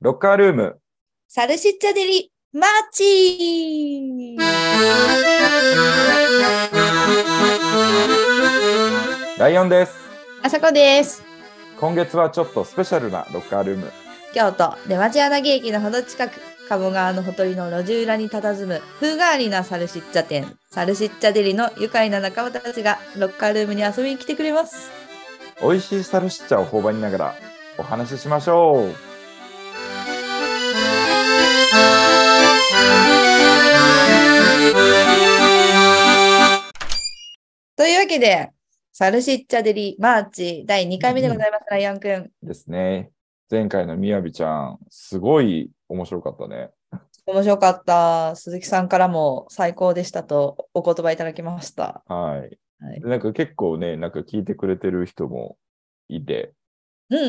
ロッカールーム。サルシッチャデリ、マーチライオンです。あさこです。今月はちょっとスペシャルなロッカールーム。京都、出町柳駅のほど近く、鴨川のほとりの路地裏に佇む風変わりなサルシッチャ店、サルシッチャデリの愉快な仲間たちがロッカールームに遊びに来てくれます。美味しいサルシッチャを頬張りながらお話ししましょう。というわけで、サルシッチャデリ、マーチ第2回目でございます、ライアンくん。ですね。前回のみやびちゃん、すごい面白かったね。面白かった。鈴木さんからも最高でしたとお言葉いただきました。はい。はいなんか結構ね、なんか聞いてくれてる人もいて。うんうん。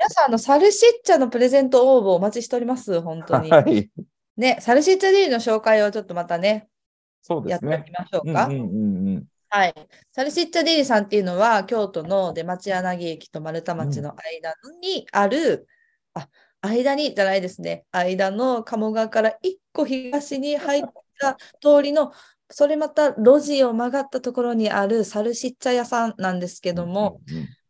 皆さん、あの、サルシッチャのプレゼント応募お待ちしております。本当に。はい。ね、サルシッチャデリの紹介をちょっとまたね、そうでやすっていね。きましょううんか。うんうんうん。はい。サルシッチャデリさんっていうのは、京都の出町柳駅と丸太町の間にある、あ、間にじゃないですね。間の鴨川から一個東に入った通りの、それまた路地を曲がったところにあるサルシッチャ屋さんなんですけけども、、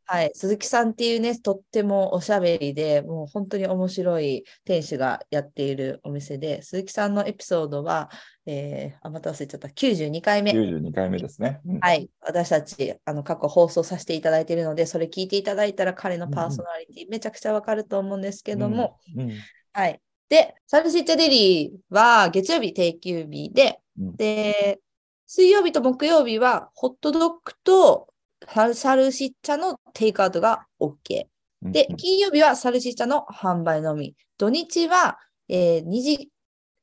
はい、鈴木さんっていうね、とってもおしゃべりで、もう本当に面白い店主がやっているお店で、鈴木さんのエピソードは、えー、あ、また忘れちゃった、92回目。 92回目ですね。うんはい、私たちあの過去放送させていただいているので、それ聞いていただいたら彼のパーソナリティめちゃくちゃわかると思うんですけども、、うんうんはい。で、サルシッチャデリーは月曜日定休日で、うんで、水曜日と木曜日はホットドッグとサルサルシッチャのテイクアウトが OK。うんで、金曜日はサルシッチャの販売のみ。土日は、えー2時、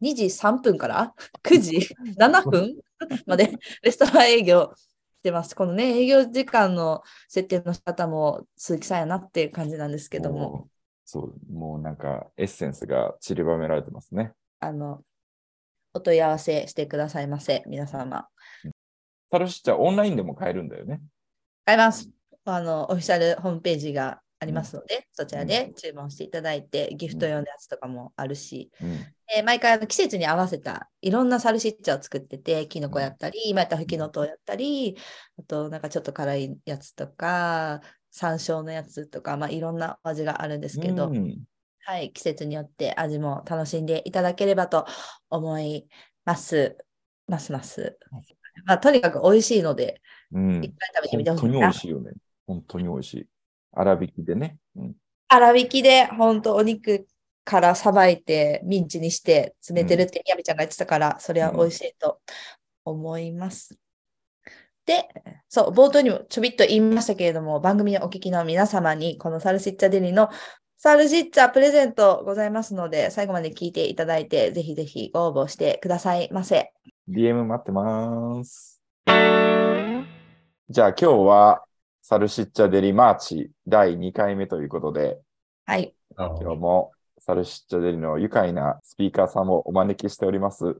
2時3分から 9時 7分まで レストラン営業してます。このね、営業時間の設定の仕方も鈴木さんやなっていう感じなんですけども、うそう、もうなんかエッセンスが散りばめられてますね。あの、お問い合わせしてくださいませ、皆様。サルシッチャオンラインでも買えるんだよね。買います。あの、オフィシャルホームページがありますので、そちらで注文していただいて、ギフト用のやつとかもあるし、うんえー毎回あの季節に合わせたいろんなサルシッチャを作ってて、キノコやったり、今やったらフキノトウやったり、あとなんかちょっと辛いやつとか、山椒のやつとか、まあ、いろんなお味があるんですけど、うんはい、季節によって味も楽しんでいただければと思います。ますます。まあ、とにかく美味しいので、うん一回食べてみ本てほし当いに美な味。しいよね。本当に美味しい。粗挽きでね。うん粗挽きで、ほんとお肉からさばいて、ミンチにして詰めてるって、みやびちゃんが言ってたから、それは美味しいと思います。で、そう、冒頭にもちょびっと言いましたけれども、番組をお聞きの皆様に、このサルシッチャデリのサルシッチャプレゼントございますので、最後まで聞いていただいて、ぜひぜひご応募してくださいませ。 DM 待ってます。じゃあ今日はサルシッチャデリマーチ第2回目ということで、はい。今日もサルシッチャデリの愉快なスピーカーさんをお招きしております。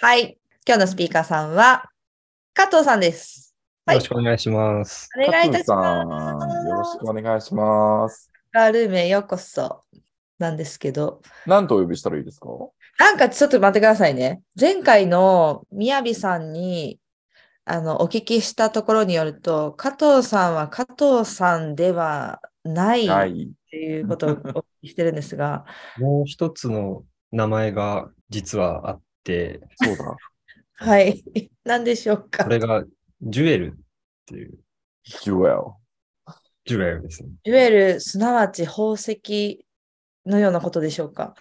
はい。今日のスピーカーさんは、加藤さんです。はいよろしくお願いします。お願いいたしカまツンさす。んよろしくお願いします。ガールームへようこそなんですけど、何とお呼びしたらいいですかなんかちょっと待ってくださいね。前回のみやびさんにあのお聞きしたところによると、加藤さんは加藤さんではないはっい。ていうことをお聞きしてるんですが、 もう一つの名前が実はあって、そうだ。はい、何でしょうかこ。れがジュエルっていう、ジュエル。ジュエルですね。ジュエル、すなわち宝石のようなことでしょうか。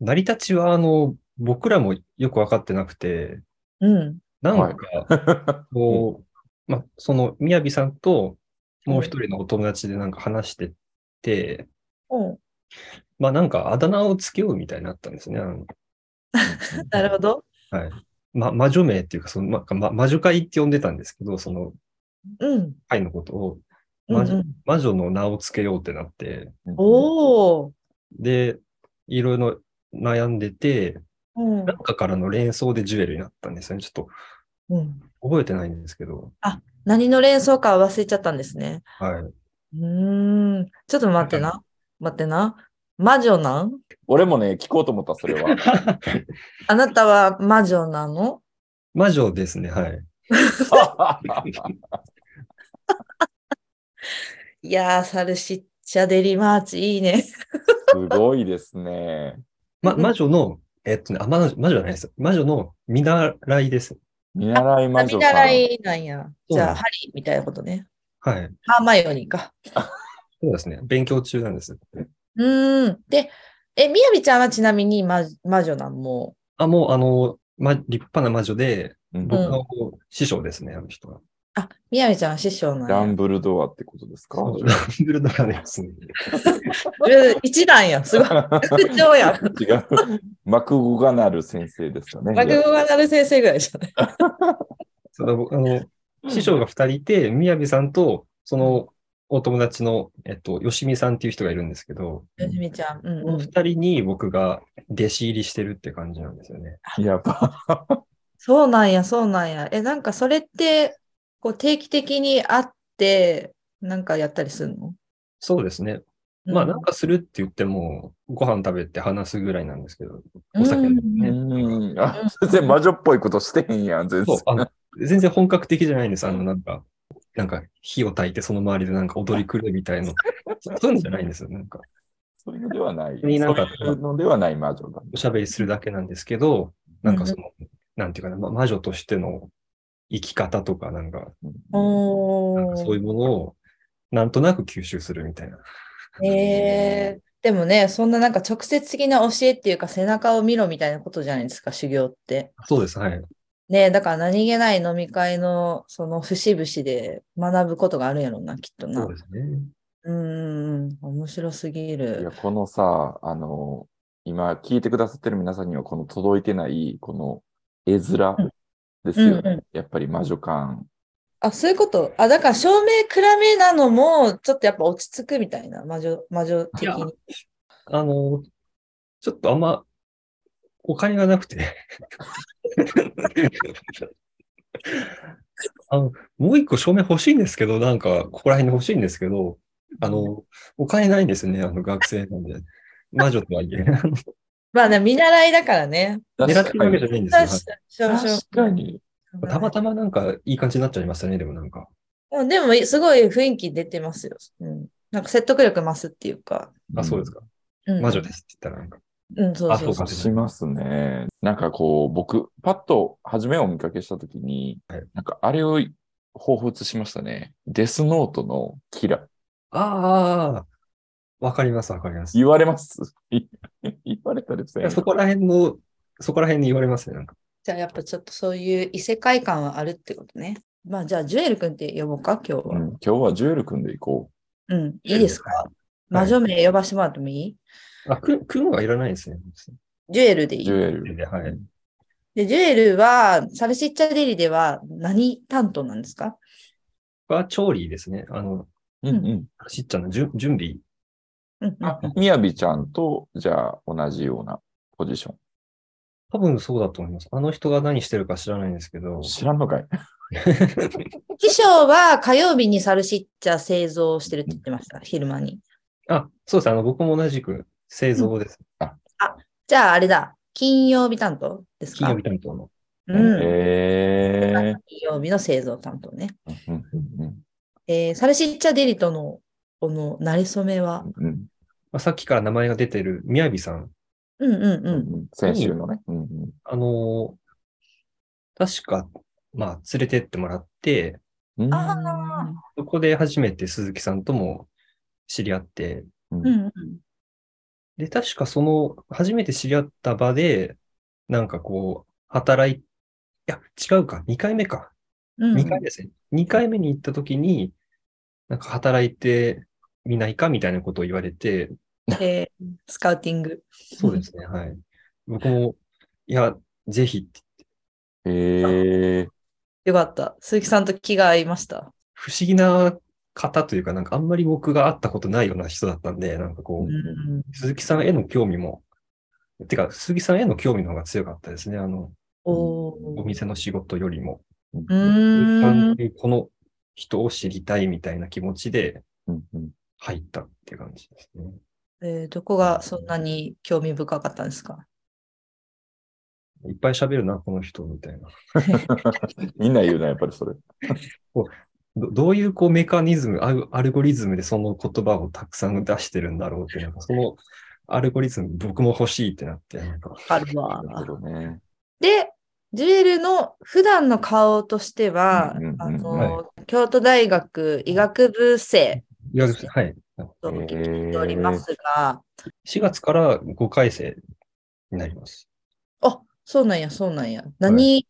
成り立ちは、あの、僕らもよくわかってなくて、うん。なんか、こう、ま、その、みやびさんと、もう一人のお友達でなんか話してて、うん、まあなんかあだ名をつけようみたいになったんですね。あのなるほど。ま、魔女名っていうか、その、ま、ま魔女会って呼んでたんですけど、そのうん。会のことを、う魔んう女ん、魔女の名をつけようってなって、おおお。で、いろいろ悩んでて、うんなんかからの連想でジュエルになったんですよね。ちょっとうん、覚えてないんですけど。何の連想 か忘れちゃったんですね。はい。うーん、ちょっと待ってな。待ってな。魔女なん俺もね、聞こうと思った、それ は。あなたは魔女なの魔女ですね、はい。いやー、サルシッチャデリマーチ、いいね。すごいですね。ま、魔女の、えっとね、あ、魔女魔女じゃないですよ。魔女の見習いです。見習い魔見女か。習いなんや。じゃうあ、んハリーみたいなことね。はい。ハーマイオニーか。そうですね。勉強中なんです。うーん。で、え、みやびちゃんはちなみに魔魔女なんもあ、もう、あの、ま、立派な魔女で、うん僕の師匠ですね、あの人は。う。あ、みやびちゃんは師匠なんダやン。ブルドアってことです かダンブルドアですね。え一段や。 すごい。学長や。違う。マクゴガナル先生ですよね。マクゴガナル先生ぐらいじゃない。そうだ僕あの師匠が2人いて、宮城さんと、そのお友達の、えっと、吉見さんっていう人がいるんですけど、よしみちゃん。うんこのう2ん。人に僕が弟子入りしてるって感じなんですよね。やっぱ。そうなんや、そうなんや。え、なんかそれって、こう定期的に会って、なんかやったりするのそうですね。まあ、なんかするって言っても、ご飯食べて話すぐらいなんですけど、お酒うんうね。ん。あ、全然魔女っぽいことしてへんやん、全そう然。あの全然本格的じゃないんです。あの、なんか、なんか火を焚いてその周りでなんか踊り狂うみたいな、そそういうのじゃないんですよ。なんか、そういうのではない。そうになんかいうのではない魔女だね。おしゃべりするだけなんですけど、なんかその、なんていうかな、ま魔女としての生き方とか、なんか、おなんかそういうものを、なんとなく吸収するみたいな。えーでもね、そんななんか直接的な教えっていうか背中を見ろみたいなことじゃないですか、修行って。そうです、はい。ねだから何気ない飲み会のその節々で学ぶことがあるんやろうな、きっとな。そううですね。ーん、面白すぎいや、る。このさ、あの、今聞いてくださってる皆さんには、この届いてない、この絵面ですよね。うんうんやっぱり魔女感。あ、そういうこと。あ、だから照明暗めなのも、ちょっとやっぱ落ち着くみたいな、魔女、魔女的いやに。あの、ちょっとあんま、お金がなくて。 あの、もう一個照明欲しいんですけど、なんか、ここら辺に欲しいんですけど、あの、お金ないんですよね、あの、学生なんで。魔女とはいえ。まあね、見習いだからね。狙ってるわけじゃないんですよ。はい少々確かに。たまたまなんかいい感じになっちゃいましたね、でもなんか。うんでも、すごい雰囲気出てますよ。うん。なんか説得力増すっていうか。あ、そうですすか。うん、魔女ですって言ったらなんか。うん、そうそうあそそううかしますね。なんかこう、僕、パッと初めを見かけしたときに、はいなんかあれを彷彿しましたね。デスノートのキラ。ああ、わかります、わかります。い言われます 言われたですねや。そこら辺の、そこら辺に言われますね、なんか。じゃあ、やっぱちょっとそういう異世界感はあるってことね。まあ、じゃあ、ジュエル君って呼ぼうか、今日うは。ん今日はジュエル君で行こうん、いいですか魔女名呼ばしてもらってもいいあ、く、くんはいらないですね。ジュエルでう。いいジュエル。ではい。で、ジュエルは、サルシッチャデリでは何担当なんですかは、調理ですね。あの、うんうん。しっちゃんの準準備。うんうん、あ、みやびちゃんと、じゃあ同じようなポジショ多分そうだと思います。あの人が何してるか知らないんですけどン。。知らんのかい秘書は火曜日にサルシッチャ製造してるって言ってました、昼間に。あ、そうです。あの、僕も同じく製造です。じゃあ、あれだ、金曜日担当ですか金曜日担当の。うへん、え金曜日の製造担当ね。うんうんえーサルシッチャデリとの、この、馴れ初めは、うんうんまあ、さっきから名前が出てる、みやびさん。うんううんうん。うんん先週のね。うんうんあのー確か、まあ、連れてってもらって、うんあそこで初めて鈴木さんとも知り合って、うんうんうん、で、確かその、初めて知り合った場で、なんかこう、働い、いや、違うか、2回目か。うん2回目ですね。2回目に行った時に、なんか働いてみないかみたいなことを言われて、えースカウティング。そうですね、はい。僕も、いや、ぜひって、へえよかった。鈴木さんと気が合いました。不思議な方というか、なんかあんまり僕が会ったことないような人だったんで、なんかこう、うんうん、鈴木さんへの興味も、てか、鈴木さんへの興味の方が強かったですね。あの、おーお店の仕事よりも。うんううんーん。この人を知りたいみたいな気持ちでうん入ったっていう感じですね。えーどこがそんなに興味深かったんですかいっぱい喋るな、この人、みたいな。みんな言うな、やっぱりそれ。どどういうこうメカニズム、アルアルゴリズムでその言葉をたくさん出してるんだろうって、なんかそのアルゴリズム僕も欲しいってなって、なんか、あるわなるほどね。で、ジュエルの普段の顔としては、うんうんうんあの、は京都大学医学部生いやはい。と聞いておりますが、 4月から5回生になります。あ、そうなんや、そうなんや。何、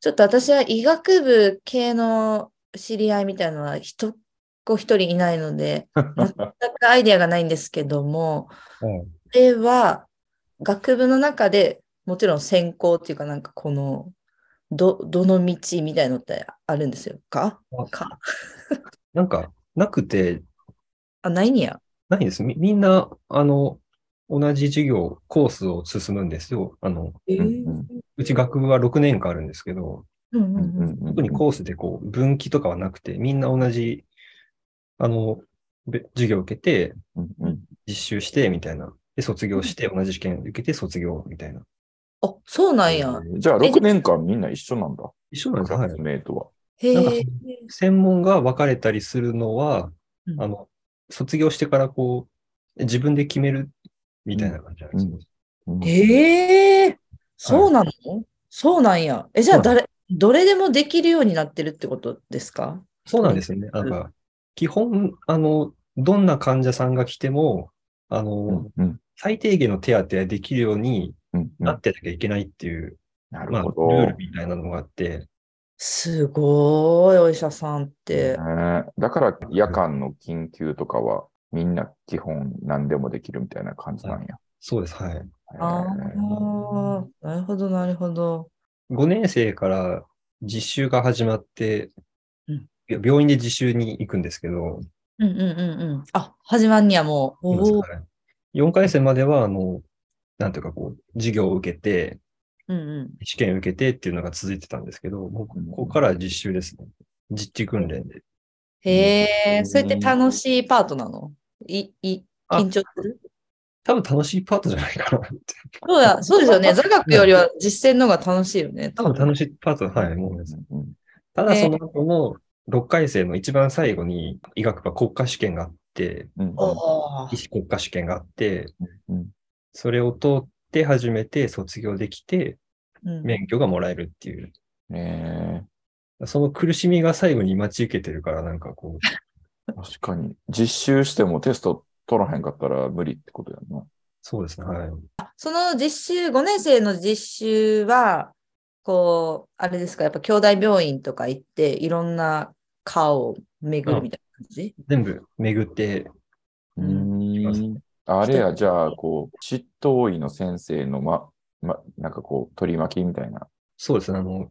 ちょっと私は医学部系の知り合いみたいなのは一子一人いない ので、全くアイデアがないんですけども、うんこれは学部の中でもちろん専攻っていうかなんかこのどどの道みたいのってあるんですよかあかなんか、なくて、あないんや。ないです。みみんな、あの、同じ授業、コースを進むんですよ。あの、えうんうち学部は6年間あるんですけど、うんうんううんん特にコースでこう、分岐とかはなくて、みんな同じ、あの、べ授業を受けて、うんうん実習して、みたいな。で、卒業して、同じ試験受けて、卒業、みたいな。あそうなんや。じゃあ、6年間みんな一緒なんだ。一緒なんですよはいクラスメイトは。へなんかえ。専門が分かれたりするのは、うんあの、卒業してからこう、自分で決める、みたいな感じなんですよ。うんへえ。そうなの、そうなんや。えじゃあ誰どれでもできるようになってるってことですかそうなんですよね。なんか、基本、あの、どんな患者さんが来ても、あの、うんうん最低限の手当てはできるようにうんうなっんてなきゃいけないっていう、なまるあ、ルほど。ールみたいなのがあって、すごいお医者さんっねて。えだから夜間の緊急とかはみんな基本何でもできるみたいな感じなんや。そうです。はあい。へあ、なるほど、なるほど。 5年生から実習が始まって、うんいや病院で実習に行くんですけど、うんうんうんうん。あ、始まんにはもう。おお。 4回生までは、あの、なんていうかこう、授業を受けて、うんうん。試験受けてっていうのが続いてたんですけど、もうこうんここからは実習ですね。実地訓練で。へえ、うんそれって楽しいパートなのい、い、あ緊張する多分楽しいパートじゃないかなって。そうだ、そうですよね。座学よりは実践の方が楽しいよね。多分楽しいパート、はい、もうです。えうんただその後の6回生の一番最後に医学部は国家試験があって、うんうんあ医師国家試験があって、うんそれを通って初めて卒業できて、うん免許がもらえるっていう。ねその苦しみが最後に待ち受けてるから、なんかこう、え確かに。実習してもテスト取らへんかったら無理ってことやんな。そうですね、はい。その実習、5年生の実習は、こう、あれですか、やっぱ兄弟病院とか行って、いろんな顔を巡るみたいな感じ全部巡って、うまーん。あれや、じゃあ、こう、執刀医の先生の、ま、ま、なんかこう、取り巻きみたいな。そうですね、あの、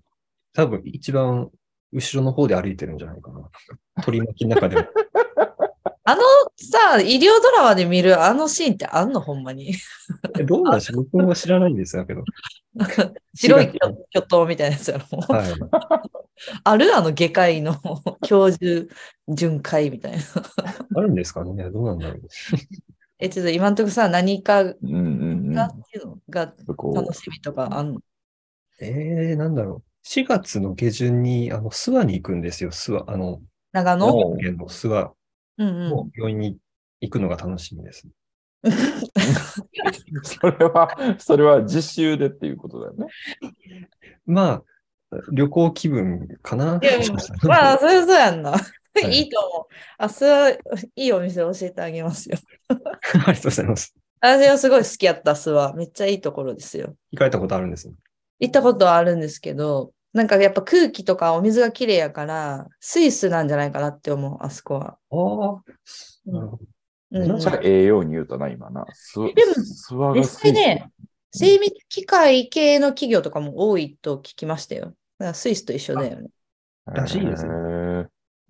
多分一番後ろの方で歩いてるんじゃないかな。取り巻きの中でも。あのさ、医療ドラマで見るあのシーンってあんのほんまに。 えどうなんでしょう僕も知らないんですけど。白い巨頭みたいなやつやろ。はい。あるあの外科医の 教授巡回みたいな。あるんですかねどうなんだろう。え、ちょっと今んとこさ、何かがっうんうんうん。ていうのがこ楽しみとかあんのえー、なんだろう。4月の下旬に、あの、諏訪に行くんですよ、諏訪。あの、長お野長野県の諏訪うんうんの。病院に行くのが楽しみです。う、 それは、それは実習でっていうことだよね。まあ、旅行気分かな いやまあ、それそうやんな。いいいと思う。あ、すごい、いいお店教えてあげますよ。ありがとうございます。私はすごい好きやった、諏訪。めっちゃいいところですよ。行かれたことあるんですね。行ったことはあるんですけど、なんかやっぱ空気とかお水がきれいやから、スイスなんじゃないかなって思う、あそこは。ああ、なるほど。うんめっちゃええように言うたな、今な。すでも諏訪が好実き際ね、精密機械系の企業とかも多いと聞きましたよ。だからスイスと一緒だよね。らしいですねへ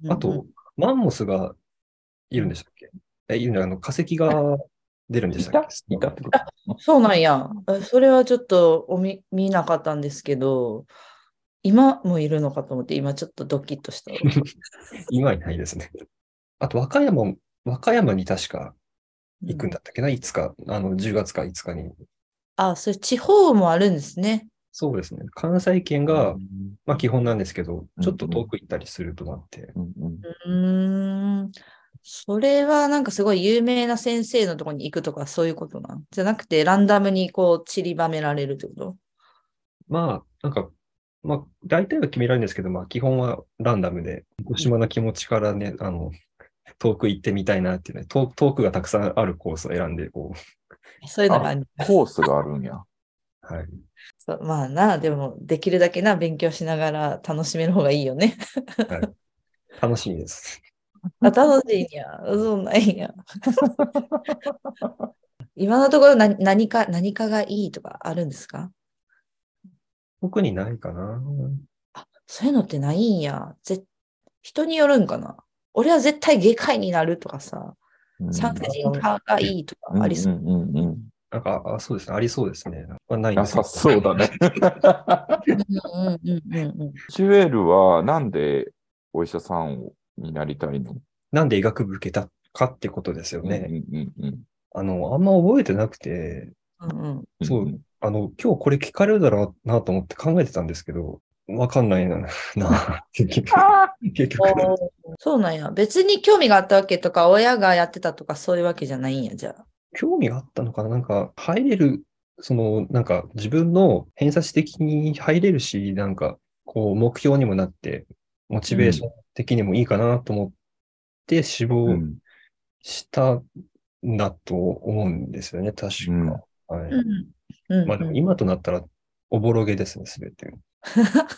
えあと、マンモスがいるんでしたっけえ、いるんだ、あの、化石が出るんでしたっけいたってことうんそうなんや。あそれはちょっとおみ見なかったんですけど、今もいるのかと思って、今ちょっとドキッとした。今いないですね。あと、和歌山も、和歌山に確か行くんだったっけな、いつか、あの、10月か5日に。あ、それ地方もあるんですね。そうですね。関西圏が、まあ基本なんですけど、ちょっと遠く行ったりするとなって。うんうんうーん。それはなんかすごい有名な先生のところに行くとかそういうことなんじゃなくて、ランダムにこう散りばめられるってことまあ、なんか、まあ大体は決められるんですけど、まあ基本はランダムで、広島の気持ちからね、あの、遠く行ってみたいなっていうね、遠遠くがたくさんあるコースを選んで、こそういうのがあるコースがあるんや。う、はい。そうまあな、でもできるだけな、勉強しながら楽しめる方がいいよ ね。楽しみです。あ楽しいんや。そうなんや。 今のところ何何か何かがいいとかあるんですか特にないかな。あ、そういうのってないんや。ぜ人によるんかな。俺は絶対外科医になるとかさ、うん産婦人科がいいとかありそう。うんうんうんうんなんか、あそうですね。ありそうですね。はないんなですさけどそうだね。うんうんうんうんジュエルはなんでお医者さんになりたいのなんで医学部受けたかってことですよね。うんうんうんあの、あんま覚えてなくて、うん うん。うんそうあの、今日これ聞かれるだろうなと思って考えてたんですけど、わかんな いな、な、結局。結局そうなんや。別に興味があったわけとか、親がやってたとか、そういうわけじゃないんや、じゃあ。興味があったのかななんか、入れる、その、なんか、自分の偏差値的に入れるし、なんか、こう、目標にもなって、モチベーション的にもいいかなと思って、志う望んしたんだと思うんですよね、確うんか。はい。うんうんまあでも今となったら、おぼろげですね、すべて。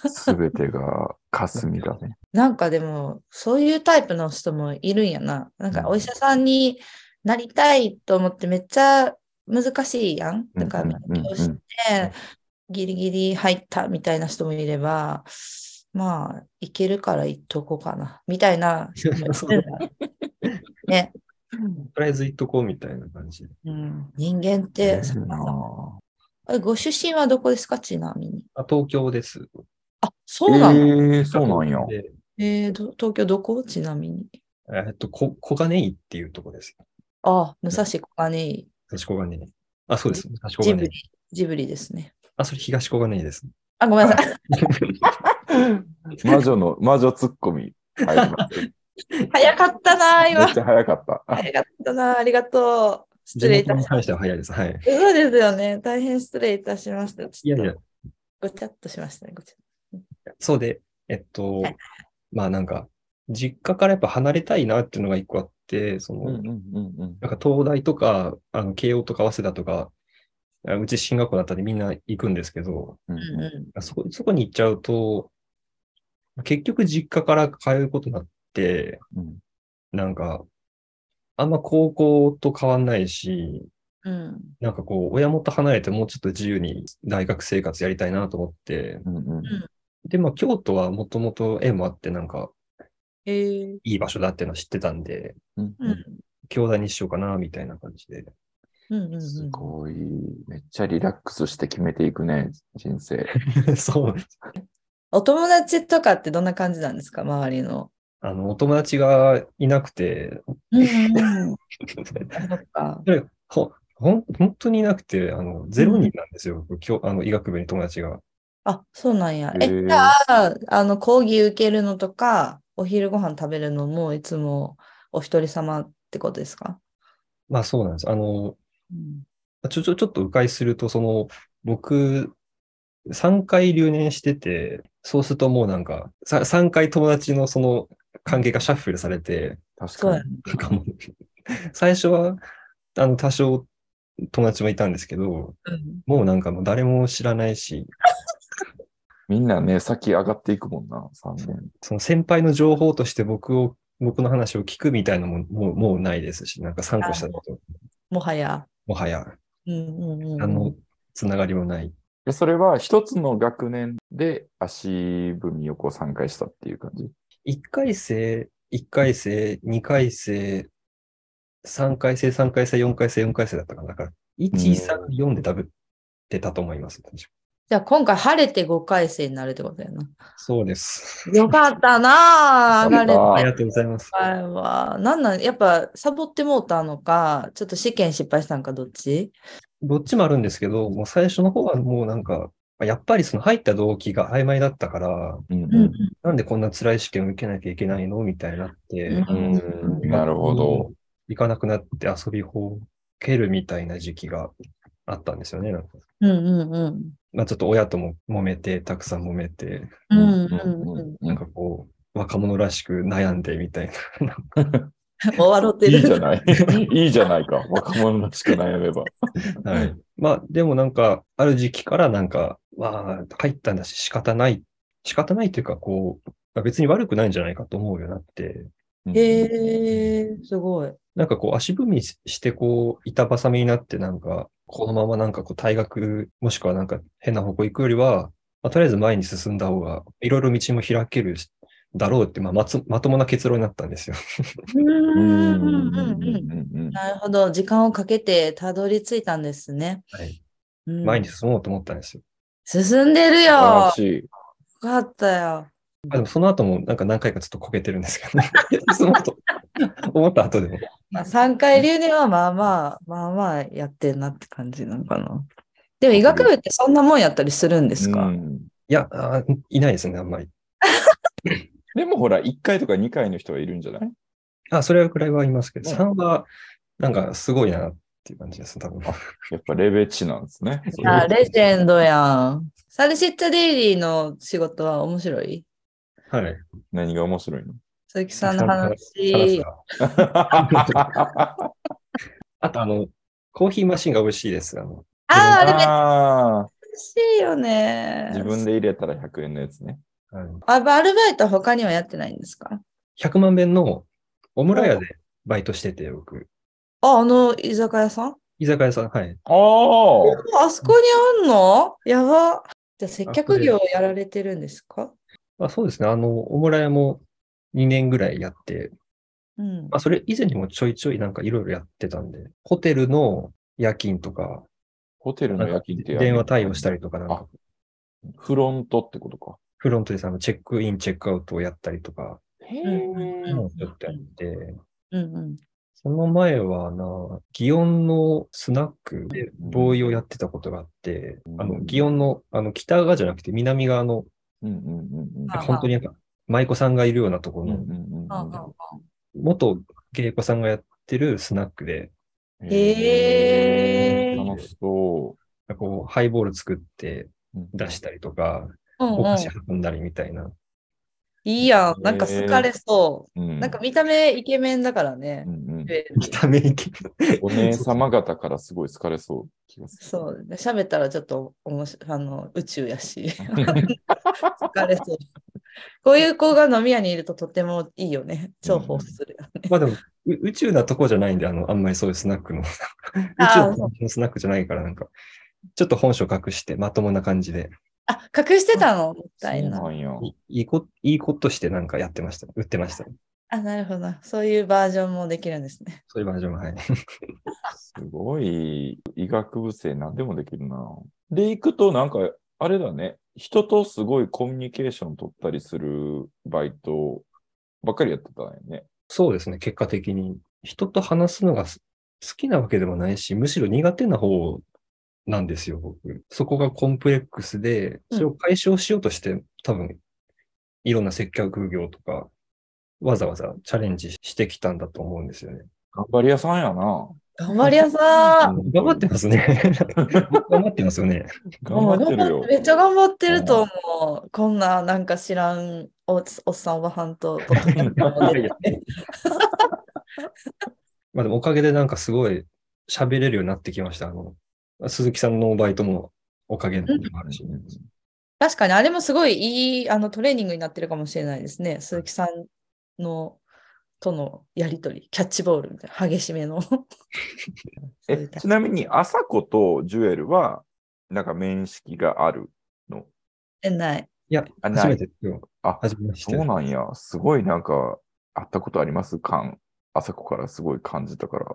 すべてが霞だ ね。なんかでも、そういうタイプの人もいるんやな。なんうんかお医者さんになりたいと思ってめっちゃ難しいやん。だから勉強して、ギリギリ入ったみたいな人もいれば、まあ、いけるから行っとこうかな。みたい な人もいるんだ。ね。とりあえず行っとこうみたいな感じ。うん、人間っえて、えなあれご出身はどこですかちなみに。あ東京です。あ、そうなの、ええそうなん や。でえーど東京どこちなみに。えっと、こ小金井っていうとこです。あ、武蔵小金井、東小金井。あ、そうです。東小ジ金ブリ井。、ジブリですね。あ、それ東小金井です。あ、ごめんなさい。魔女の、魔女ツッコミ。入りま 早かったな、すめ今っ。ちゃ早かった。早かったな、ありがとう。失地礼いた元しましに関しては早いです。はい。た。そうですよね。大変失礼いたしました。いやいや、ごちゃっとしましたね、ごちゃっそうで、えっとはい、まあなんか、実家からやっぱ離れたいなっていうのが一個あって、その、うんうんうんうんなんか東大とか、あの慶応とか早稲田とか、あうち進学校だったんでみんな行くんですけど、うんと。うんうそこ、そこに行っちゃうと、結局実家から通うことになって、うんなんか、あんま高校と変わんないし、ん。うん。なんかこう、親元離れてもうちょっと自由に大学生活やりたいなと思って、うんうんで、まあ京都はもともと縁もあって、なんかえー、いい場所だっていうのは知ってたんで、うんううんん。京大にしようかな、みたいな感じで。 うんうんうん。すごい。めっちゃリラックスして決めていくね、人生。そう。お友達とかってどんな感じなんですか、周りの。あの、お友達がいなくて、 うんうん。そっか。ほほん本当にいなくて、あの、ゼロ人なんですよ、僕今日、あの、医学部に友達が。 あ、そうなんや。え、へーじゃあ、あの、講義受けるのとか、お昼ご飯食べるのも、いつもお一人様ってことですかまあそうなんです。あの、うん。ちょ、ちょ、ちょっと迂回すると、その、僕、3回留年してて、そうするともうなんか、さ3回友達のその関係がシャッフルされて、確そうかやに。ね。なんかもう、最初は、あの、多少友達もいたんですけど、うんもうなんかもう誰も知らないし、みんなね、先上がっていくもんな、3年。その先輩の情報として僕を、僕の話を聞くみたいなのも、もう、もうないですし、なんか参考したこと、もはや。もはや、うんうんうんうん。あの、つながりもない。でそれは一つの学年で足踏みをこう3回したっていう感じ。 1回生、1回生、2回生、3回生、3回生、4回生、4回生だったかな。だから、1、うん3、4でダブってたと思います。確かじゃあ今回晴れて5回生になるってことやな。そうです。よかったなあ、上がれああてり。がとうございます。あれは、なんなん、やっぱサボってもうたのか、ちょっと試験失敗したのか、どっちどっちもあるんですけど、もう最初の方はもうなんか、やっぱりその入った動機が曖昧だったから、うんうんうんなんでこんな辛い試験を受けなきゃいけないのみたいになって、うんうんなるほど。。行かなくなって遊びほけるみたいな時期があったんですよね。なんかうんうんうん。まあ、ちょっと親とも揉めて、たくさん揉めて、うんうんうんうん。 うんうなんんかこう、若者らしく悩んでみたいな。終わろうていいじゃる。 ないいいじゃないか。若者らしく悩めば。はい。まあ、でもなんか、ある時期からなんか、まあ、入ったんだし仕方ない。仕方ないというか、こう、まあ別に悪くないんじゃないかと思うようになって、へえ、すごい。なんかこう、足踏みして、こう、板挟みになって、なんか、このままなんかこう、退学、もしくはなんか変な方向行くよりは、まあ、とりあえず前に進んだ方が、いろいろ道も開けるだろうって、まあ、まつまともな結論になったんですよ。うんううんんうんううんんうん。うんなるほど。時間をかけてたどり着いたんですね。はいうん前に進もうと思ったんですよ。進んで素るよ。晴らよしい。かったよ。あでもその後もなんか何回かちょっとこけてるんですけどね。 その後、思った後でも。まあ、3回留年はまあまあ、まあまあやってんなって感じなのかな。でも医学部ってそんなもんやったりするんですか、うんいや、あーいないですね、あんまり。でもほら、1回とか2回の人はいるんじゃないあ、それくらいはいますけど、うん3は、なんかすごいなっていう感じです、多分。やっぱレベチなんですね。そういうあレジェンドやん。サルシッチャデイリーの仕事は面白いはい。何が面白いの鈴木さんのただ話。さ あと、あの、コーヒーマシンが美味しいです。あのああ、あれめっちゃあ美味しいよねー。自分で入れたら100円のやつね。あのあアルバイトは他にはやってないんですか100万遍のオムラ屋でバイトしてて、僕。あ、あの居酒屋さん居酒屋さん、はい。あああそこにあんのやば。じゃあ接客業やられてるんですかまあ、そうですね、あの、オムラ屋も2年ぐらいやって、うんまあ、。それ以前にもちょいちょいなんかいろいろやってたんで、ホテルの夜勤とか、ホテルのなん夜か勤ってやる電話対応したりとか、なんかフロントってことか。フロントでさ、あのチェックイン、チェックアウトをやったりとか、へうんーもうちょっとやって、うんうん。その前はな、祇園のスナックでボーイをやってたことがあって、あの、祇園の、あの、北側じゃなくて南側の、うんうんうんうんあ本当になんか、舞妓さんがいるようなとこうんろうの、んうんあああ元芸妓さんがやってるスナックで、へー楽しそこう、ハイボール作ってう。うん出したりとか、あうんおうん菓子運んだりみたいな。いいやん。なんか好かれそう。うんなんか見た目イケメンだからねう。んうん見た目いけお姉様方からすごい好かれそう気がする。そう。喋ったらちょっとおもしあの宇宙 やし。疲れそう。こういう子が飲み屋にいるととてもいいよね。重宝するよね。 まあでも、う宇宙なとこじゃないんで、あの、あんまりそういうスナックの、宇宙あーのスナックじゃないから、なんか、ちょっと本性隠して、まともな感じで、あ、隠してたのもったいそなう。なんや。いいいこ、いいことしてなんかやってました。売ってました。あ、なるほど。そういうバージョンもできるんですね。そういうバージョンも、はい。 すごい、医学部生何でもできるな。で、行くとなんか、あれだね、人とすごいコミュニケーション取ったりするバイトばっかりやってたんよね。そうですね、結果的に。人と話すのがす好きなわけでもないし、むしろ苦手な方なんですよ、僕。そこがコンプレックスで、うんそれを解消しようとして、多分、いろんな接客業とか、わざわざチャレンジしてきたんだと思うんですよね。頑張り屋さんやな。頑張り屋さん。頑張ってますね。頑張ってますよね。頑張ってるうよん。めっちゃ頑張ってると思う。こんななんか知らんおおっさんおばはんと。ポッドキャストも出てて まあでもおかげでなんかすごい喋れるようになってきました。あの、鈴木さんのバイトもおかげでもあるし、確かにあれもすごいいいあのトレーニングになってるかもしれないですね。鈴木さんのとのやりとり、キャッチボールみたいな、激しめの。そういえう感ちなみに、朝子とジュエルは、なんか面識がある。じない。あ、な初めい。てですよ。あ初めましそうて。なんや。すごいなんか、会ったことあります感。朝子からすごい感じたから。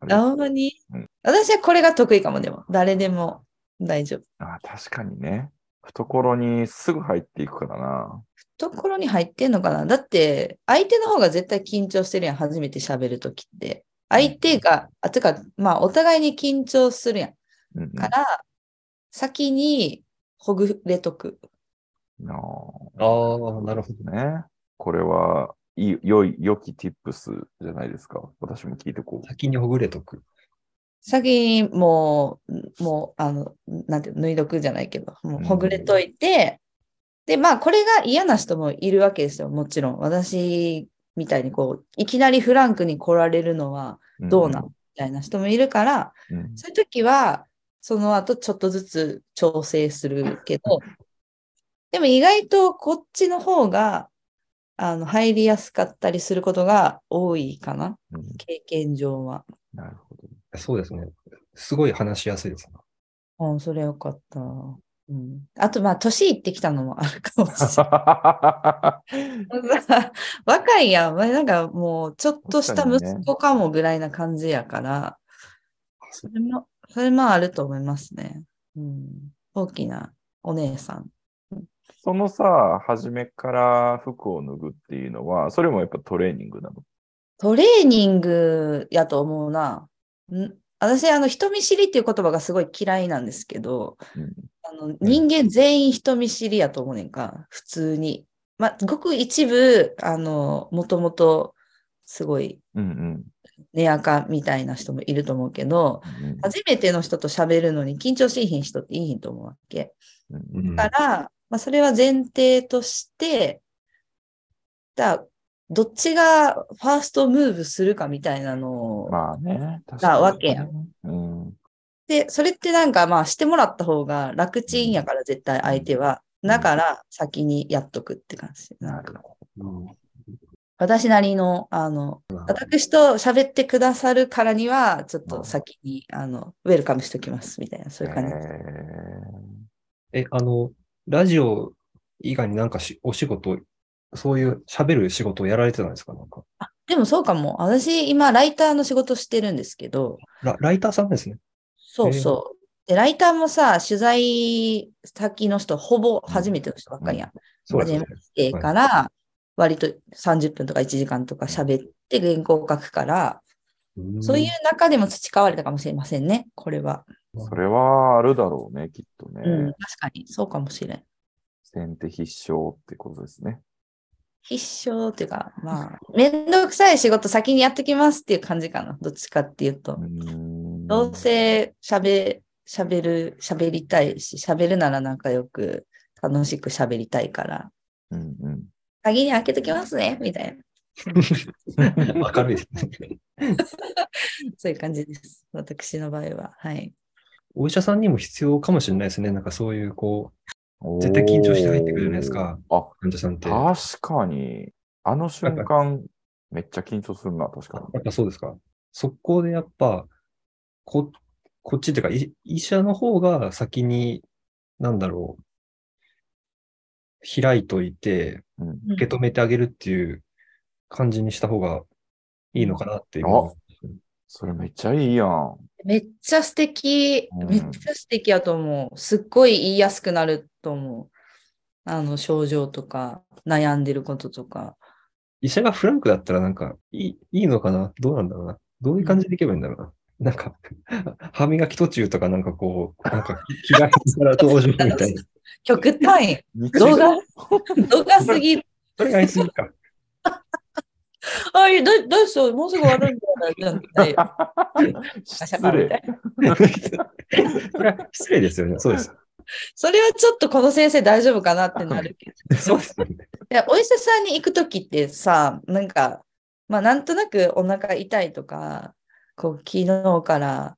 あれあほんまに、うん私はこれが得意かも、でも。誰でも大丈夫。あ確かにね。懐にすぐ入っていくからな。懐に入ってんのかなだって、相手の方が絶対緊張してるやん。初めて喋るときって。相手が、あ、てか、まあ、お互いに緊張するやん。うんうん、から、先にほぐれとく。なあああ、なるほど。ね。これは、いい良い、良き tips じゃないですか。私も聞いてこ先にほぐれとく。先にもう、もう、あの、なんていうの、脱いどくじゃないけど、もううんほぐれといて、で、まあ、これが嫌な人もいるわけですよ、もちろん。私みたいに、こう、いきなりフランクに来られるのはう。どうなん、みたいな人もいるから、うんうんそういう時は、その後ちょっとずつ調整するけど、でも意外とこっちの方が、あの、入りやすかったりすることが多いかな、うん経験上は。なるほど。そうですね。すごい話しやすいですね。あそれよかった。うん、あと、まあ、年いってきたのもあるかもしれない。 若いやん。まあなんかもう、ちょっとした息子かもぐらいな感じやから、それも、それもあると思いますね。うん、大きなお姉さん。そのさ、初めから服を脱ぐっていうのは、それもやっぱトレーニングなの。トレーニングやと思うな。ん私、あの、人見知りっていう言葉がすごい嫌いなんですけど、うんあの人間全員人見知りやと思うねんか、普通に。まあ、ごく一部、あの、もともと、すごい、うんネアカみたいな人もいると思うけど、うんうん初めての人と喋るのに緊張しいひん人っていいひんと思うわけ。うんうんだから、まあ、それは前提として、だからどっちがファーストムーブするかみたいなのを、まあね。確なわけやん。うん。で、それってなんかまあしてもらった方が楽ちんやから絶対相手は。んだから先にやっとくって感じ。ななんるかほ私なりの、あの、私と喋ってくださるからには、ちょっと先に、あの、ウェルカムしときますみたいな、そど。ういう感じ。え、あの、ラジオ以外になんかしお仕事、そういう喋る仕事をやられてたんですかなんかでもそうかも。私今ライターの仕事してるんですけど、ラ、ライターさんですね。そうそう。で、ライターもさ、取材先の人、ほぼ初めての人ばっかりやん。そうです初ねめ。てから、割と30分とか1時間とか喋って原稿を書くから、そういう中でも培われたかもしれませんね、これは。それはあるだろうね、きっとね。うん、確かに、そうかもしれん。先手必勝ってことですね。必勝っていうか、まあ、めんどくさい仕事先にやってきますっていう感じかな、どっちかっていうとう。んどうせ喋、喋る、喋りたいし、喋るなら仲良く、楽しく喋りたいから。うんうん。鍵に開けときますね、みたいな。 明るいですね。そういう感じです。私の場合は。はい。お医者さんにも必要かもしれないですね。なんかそういう、こおー う、絶対緊張して入ってくるじゃないですか。あ、患者さんって。や確かに。あの瞬間、めっちゃ緊張するな、確かに。っぱそうですか。そこでやっぱ、こ、こっちっていうか、い医者の方が先に、なんだろう、開いといて、うん、受け止めてあげるっていう感じにした方がいいのかなって今あそれめっちゃいいやん。めっちゃ素敵。うんめっちゃ素敵やと思う。すっごい言いやすくなると思う。あの、症状とか、悩んでることとか。医者がフランクだったらなんかいいいいのかなどうなんだろうなどういう感じでいけばいいんだろうな、なんか、 歯磨き途中とかなんかこう、なんか気が気から登場みたいな。極端。日動画、動画すぎる。それがいすぎか。あいど、どうしよう、もうすぐ終わるんじゃないか 失礼。それは失礼ですよね。そうです。それはちょっとこの先生大丈夫かなってなるけど。 そうですよね。いや、お医者さんに行くときってさ、なんか、まあ、なんとなくお腹痛いとか、こう、昨日から、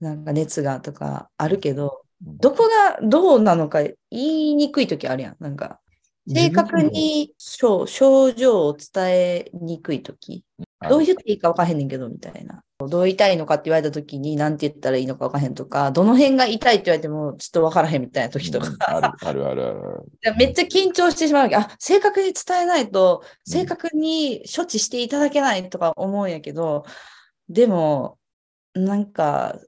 なんか熱がとかあるけど、どこがどうなのか言いにくいときあるやん。なんか、正確に症症状を伝えにくいとき。どう言っていいか分からへんねんけど、みたいな。どう痛いのかって言われたときに、なんて言ったらいいのか分からへんとか、どの辺が痛いって言われても、ちょっと分からへんみたいなときとか。あるあるあるある。いやめっちゃ緊張してしまうわけあ、正確に伝えないと、正確に処置していただけないとか思うんやけど、でも、なんか、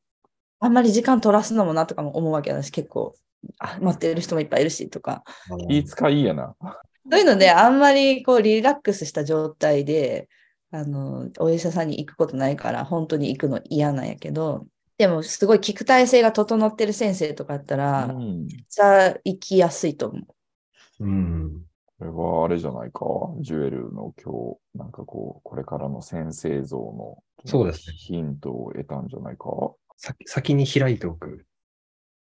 あんまり時間取らすのもなとかも思うわけだし、結構。あ待ってる人もいっぱいいるしとか、いつかいいやな。そういうので、あんまりこうリラックスした状態で、あの、お医者さんに行くことないから、本当に行くの嫌なんやけど、でもすごい聞く体制が整ってる先生とかあったら、うめっん。ちゃ行きやすいと思う。うん。これはあれじゃないか。ジュエルの今日、なんかこう、これからの先生像のそうですねヒントを得たんじゃないか。先先に開いておく。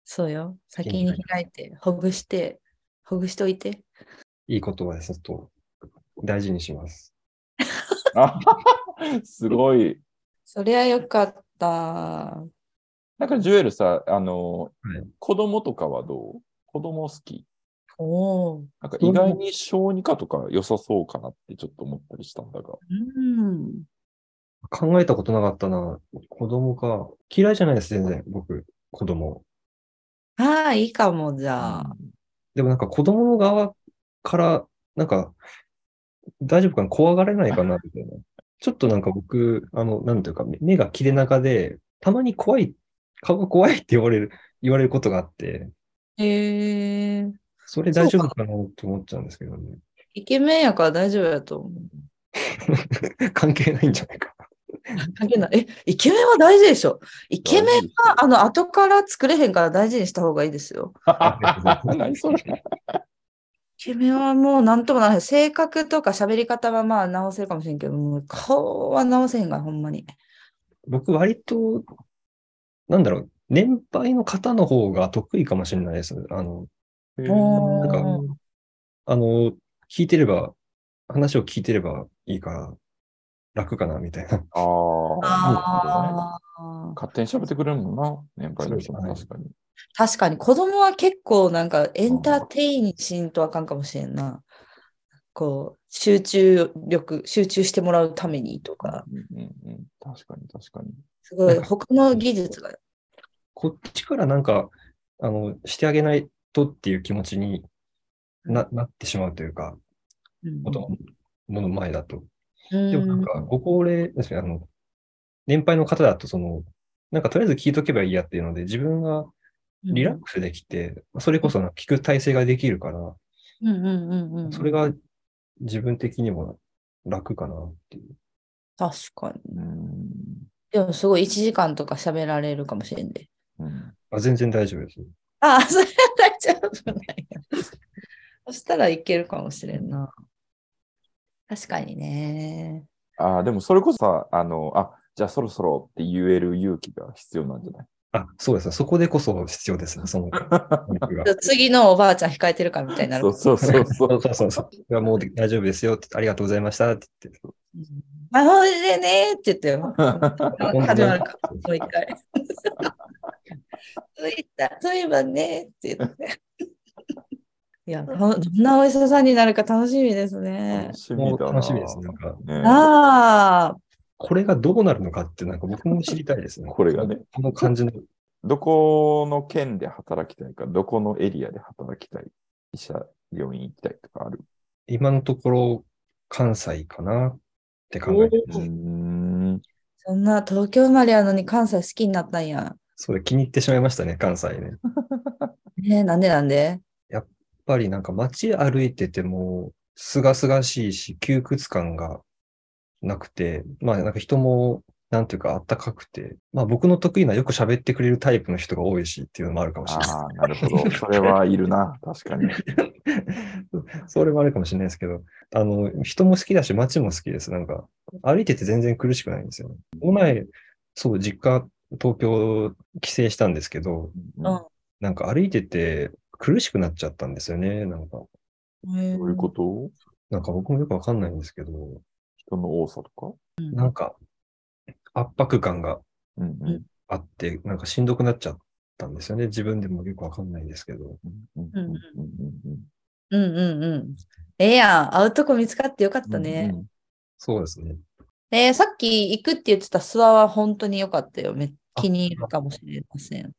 そうよ。き先にに開いて、ほぐして、ほぐしておいて。いい言葉です。ちょっと大事にします。あすごい。そりゃよかった。なんかジュエルさ、あの、はい子供とかはどう子供好きおお。なんか意外に小児科とか良さそうかなってちょっと思ったりしたんだが。うん。考えたことなかったな。子供か。嫌いじゃないです、全然。僕、子供。ああ、いいかも、じゃあ。でもなんか子供の側から、なんか、大丈夫かな怖がられないかなみ たいな。ちょっとなんか僕、あの、なんていうか、目目が切れ長で、たまに怖い、顔が怖いって言われる、言われることがあって、へえそれ大丈夫かなって思っちゃうんですけどね。イケメンやから大丈夫やと思う。関係ないんじゃないか。関係ない。え、イケメンは大事でしょ。イケメンンは、あの、後から作れへんから大事にした方がいいですよ。 何それイケメンはもうなんともならへん。性格とか喋り方はまあ直せるかもしれんけど、もう顔は直せへんから、ほんまに。僕割と、なんだろう、年配の方の方が得意かもしれないです。あの、おなんかーあの、聞いてれば、話を聞いてればいいから、楽かな、みたいな。 あーああ。勝手に喋ってくれるもんな、年配の人もそう確かに。確かに子供は結構なんかエンターテインしんとあかんかもしれんな。こう、集中力、集中してもらうためにとか、うんうんうん、確かに確かに。すごい他の技術が。こっちからなんか、あの、してあげないとっていう気持ちにななってしまうというか、うん子供の前だと。うんでもなんか、ご高齢ですね、あの、年配の方だと、その、なんかとりあえず聞いとけばいいやっていうので、自分がリラックスできて、それこそなんか聞く体制ができるから、うんうんうんうん。それが自分的にも楽かなっていう。確かうに。んでもすごい1時間とか喋られるかもしれんで。うん、あ全然大丈夫です。ああ、 それは大丈夫なんや。 そしたらいけるかもしれんな。確かにね。ああ、でもそれこそさ、あの、あじゃあそろそろって言える勇気が必要なんじゃないあ、そうですね。そこでこそ必要です ね。その、僕が次のおばあちゃん控えてるからみたいになるそ。うそうそうそそうう。そうそ うそう。いやもう大丈夫ですよって。ありがとうございましたって言って。まあ、ほいでねって言って よ。始まるか、もう一回。そういった、そういえばねって言って。いや、ほんどんなお医者さんになるか楽しみですね楽。しもみうだな。楽しみです。なんか、ねああ、これがどうなるのかって、なんか僕も知りたいですね。これがね。この感じの、どこの県で働きたいか、どこのエリアで働きたい、医者、病院行きたいとかある。今のところ、関西かなって考えてまうす。ん。そんな東京生まれやのに関西好きになったんや。そうで、気に入ってしまいましたね、関西ね。やっねえ、なんでなんでぱりなんか街歩いてても、すがすがしいし、窮屈感がなくて、まあなんか人も、なんていうか、あったかくて、まあ僕の得意なよく喋ってくれるタイプの人が多いしっていうのもあるかもしれない。ああ、なるほど。それはいるな。確かに。 それもあるかもしれないですけど、あの、人も好きだし、街も好きです。なんか、歩いてて全然苦しくないんですよ。この前、そう、実家、東京、帰省したんですけど、うんなんか歩いてて苦しくなっちゃったんですよね。なんか、どういうことなんか僕もよくわかんないんですけど、人の多さとかなんか、圧迫感がうんうんあって、なんかしんどくなっちゃったんですよね。自分でもよくわかんないんですけど。うんうんうんうんうんうんうん。ええやん、会うとこ見つかってよかっうんたね。うんうんそうですね。えーさっき行くって言ってた諏訪は本当に良かったよ。め気に入るかもしれません。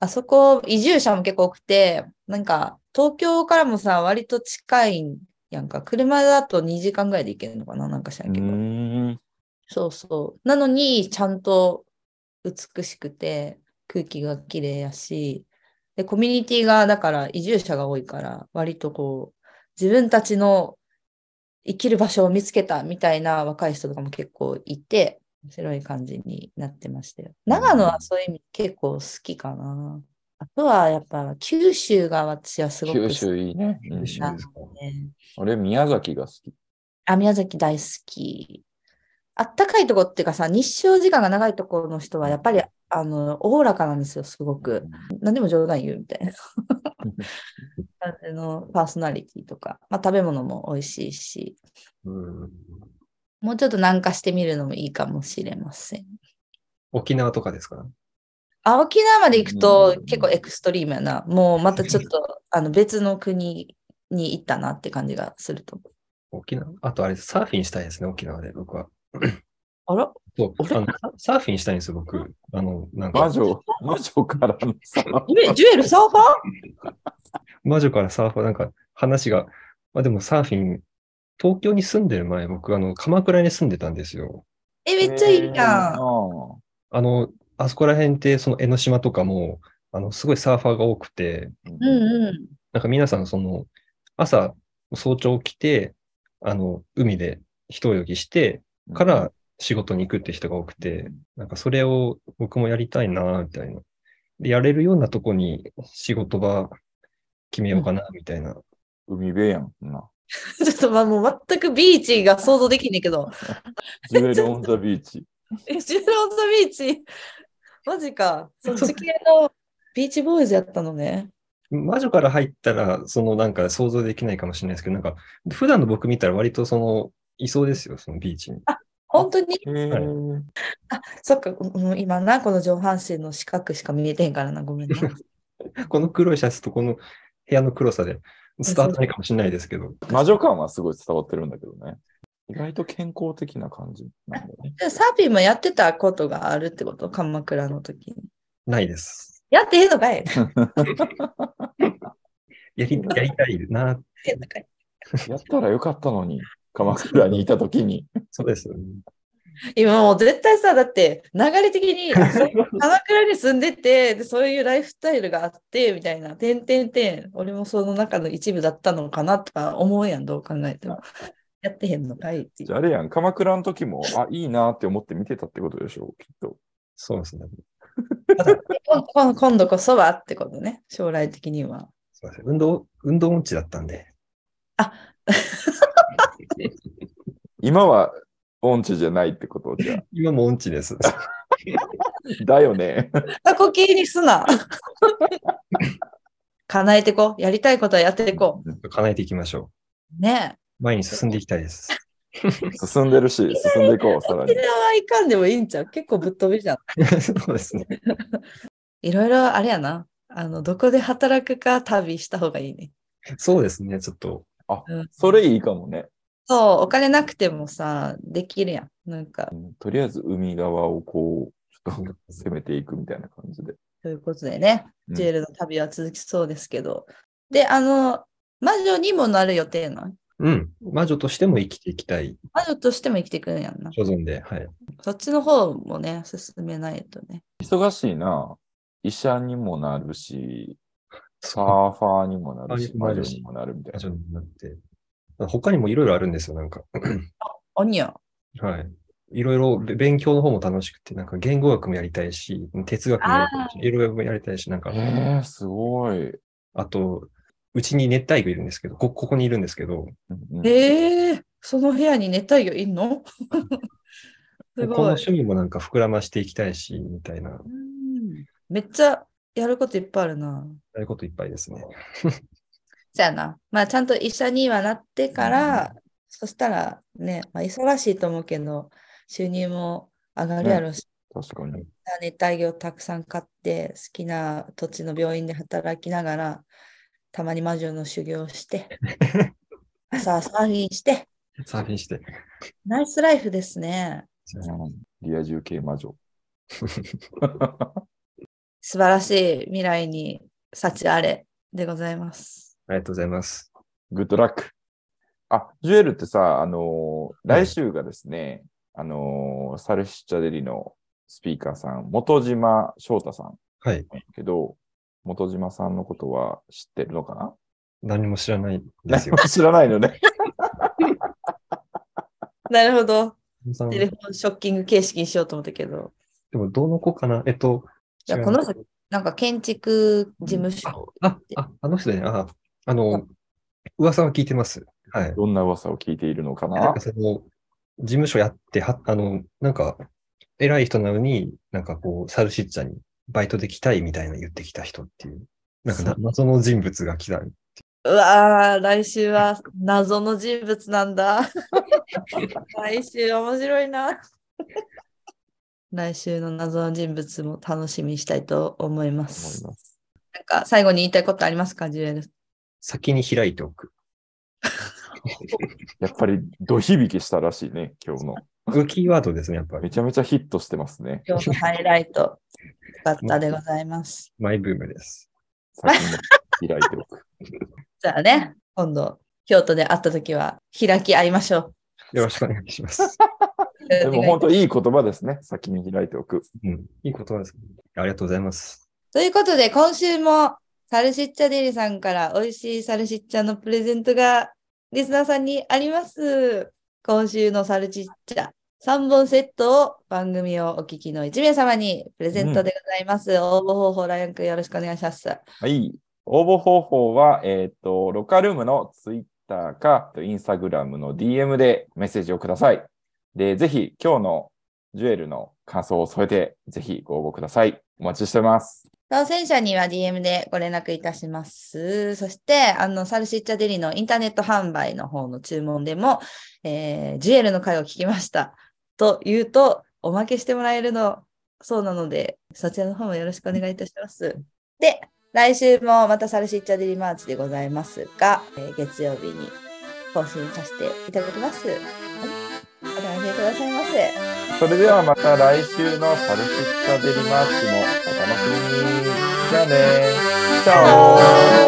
あそこ、移住者も結構多くて、なんか、東京からもさ、割と近いんやんか。車だと2時間ぐらいで行けるのかななんか知らんけど。うーんそうそう。なのに、ちゃんと美しくて、空気が綺麗やし、で、コミュニティが、だから移住者が多いから、割とこう、自分たちの生きる場所を見つけたみたいな若い人とかも結構いて、面白い感じになってましたよ。長野はそういう意味結構好きかな。あとはやっぱ九州が私はすごく九好き州いいね。うん九州なでのすか。で、俺、宮崎が好き。あ、宮崎大好き。あったかいとこっていうかさ、日照時間が長いところの人はやっぱり、あの、おおらかなんですよ、すごく。何でも冗談言うみた いな。あの、パーソナリティとか、まあ、食べ物も美味しいし、うんもうちょっと南下してみるのもいいかもしれません。沖縄とかですかあ沖縄まで行くうとん結構エクストリームやな。もうまたちょっ と、あの、別の国に行ったなって感じがすると思う。沖縄あとあれ、サーフィンしたいですね、沖縄で、僕は。あらそうあれあのササーフィンしたいんですよ、僕。あの、なんか魔、女、魔女からのさ、ジュエジュエルサーファー魔女からサーファー、なんか話が、まあでもサーフィン、東京に住んでる前、僕、あの、鎌倉に住んでたんですよ。え、めっちゃいいじゃん。うあの、あそこら辺って、その江ノ島とかも、あの、すごいサーファーが多くて、ん。うんうん。なんか皆さん、その、朝、早朝起きて、あの、海で一泳ぎして、か、ら仕事に行くって人が多くて、なんかそれを僕もやりたいな、みたいな。で、やれるようなとこに仕事場決めようかな、みたいな。海辺やんな。ちょっとまあもう全くビーチが想像できんねんけど。ジュエル・オン・ザ・ビーチ。 え、シューロンザビーチ。マジか。そっち系のビーチボーイズやったのね。魔女から入ったら、そのなんか想像できないかもしれないですけど、なんか普段の僕見たら割とその、いそうですよ、そのビーチに。本当にへえ。はいそっか、うんうん今な、この上半身の四角しか見えてへんからな、ごめんな。 この黒いシャツとこの部屋の黒さで伝わってないかもしれないですけど、魔女感はすごい伝わってるんだけどね。意外と健康的な感じなんだよね。でサーフィンもやってたことがあるってこと鎌倉の時に。ないです。やってへんの かいやっやりやりたいな、てへんのかいやったらよかったのに、鎌倉にいたときに。そうですよね。今もう絶対さ、だって流れ的 にあそう鎌倉に住んでてで、そういうライフスタイルがあって、みたいな、てんてんてん、俺もその中の一部だったのかなとか思うやん、どう考えても。やってへんのかいっていうじゃああれやん、鎌倉の時も、あ、いいなって思って見てたってことでしょう、きっと。そうですね。今今今度こそはってことね、将来的には。すいません。運動、運動音痴だったんで。今は音痴じゃないってことじゃあ。今も音痴です。だよね。 過去形にすな。叶えてこう。やりたいことはやっていこ叶えていきましょう。ねう。前に進んでいきたいです。 進んでるし、進んでいこう、さらえ。に沖。縄行かんでもいいんちゃう結構ぶっ飛びじゃん。そうですね。いろいろあれやな。あの、どこで働くか旅した方がいいね。そうですね。ちょっと、うん、それいいかもね。そう、お金なくてもさ、できるやん。なんか、とりあえず海側をこう、ちょっと 攻めていくみたいな感じで。ということでね、うんジュエルの旅は続きそうですけど。で、あの、魔女にもなる予定なのうん。魔女としても生きていきたい魔女としても生きてくるんやんな。所存で、はい。そっちの方もね、進めないとね。忙しいな。医者にもなるし、サそうーファーにもなるし、魔魔女女にもなるみたい魔な。女になって。他にもいろいろあるんですよ、なんか。おによ。はい。いろいろべ勉強の方も楽しくて、なんか言語学もやりたいし、哲学もやりたいし、いろいろやりたいし、なんか、えー、すごい。あと、うちに熱帯魚いるんですけど、こ、ここにいるんですけど、うんうんええその部屋に熱帯魚い んのすこのごい。趣味もなんか膨らましていきたいし、みたいな、うんめっちゃやることいっぱいあるな。そういうこといっぱいですね。そやな。まあ、ちゃんと医者にはなってから、そしたらね、まあ、忙しいと思うけど、収入も上がるやろうし、確かに。熱帯魚をたくさん買って、好きな土地の病院で働きながら、たまに魔女の修行を して、朝はサーフィンして、サーフィンして。ナイスライフですね。うんリア充系魔女。素晴らしい未来に幸あれでございます。ありがとうございます。グッドラック。あ、ジュエルってさ、あのー来週がですね、あのーサルシッチャデリのスピーカーさん、元島翔太さんはい。やけど、元島さんのことは知ってるのかな何も知らないん で何すよ も。知らないの ね。なるほど。さんテレフォンショッキング形式にしようと思ったけど。でも、どの子かなえっと、いや違うこの人なんか建築事務所。あ、あ、あの人だね。あ、あの、噂は聞いてます。はい。どんな噂を聞いているのかなんなかその、事務所やっては、あの、なんか、偉い人なのに、なんかこう、サルシッチャにバイトで来たいみたいな言ってきた人っていう、なんかな謎の人物が来た。うわー、来週は謎の人物なん だ。来週面白いな。来週の謎の人物も楽しみにしたいと思いま思いす。ます。なんか最後に言いたいことありますか、ジュエル。先に開いておく。やっぱり、ド響きしたらしいね、今日の。これキーワードですね、やっぱめり。ちゃめちゃヒットしてますね。今日のハイライト。よかったでございます。マイブームです。先に開いてお く。じゃあね、今度、京都で会った時は開き合いましょよろしくお願いします。う。でも本当いい言葉ですね。先に開いておく。うん、いい言葉です。ありがとうございます。ということで、今週もサルシッチャデリさんから美味しいサルシッチャのプレゼントがリスナーさんにあります。今週のサルシッチャ3本セットを番組をお聞きの1名様にプレゼントでございます。応募方法、ラインクよろしくお願いします。はい。応募方法は、えっ、と、ロカルームのツイッターか、インスタグラムの DM でメッセージをください。で、ぜひ今日のジュエルの感想を添えて、ぜひご応募ください。お待ちしてます。当選者には DM でご連絡いたします。そして、あの、サルシッチャデリのインターネット販売の方の注文でも、えージュエルの回を聞きました。というと、おまけしてもらえるの、そうなので、そちらの方もよろしくお願いいたします。で、来週もまたサルシッチャデリマーチでございますが、えー月曜日に更新させていただきます。はいお楽しみくださいませ。それではまた来週のサルシッタデリマーチもお楽しみに。じゃあね。チャオ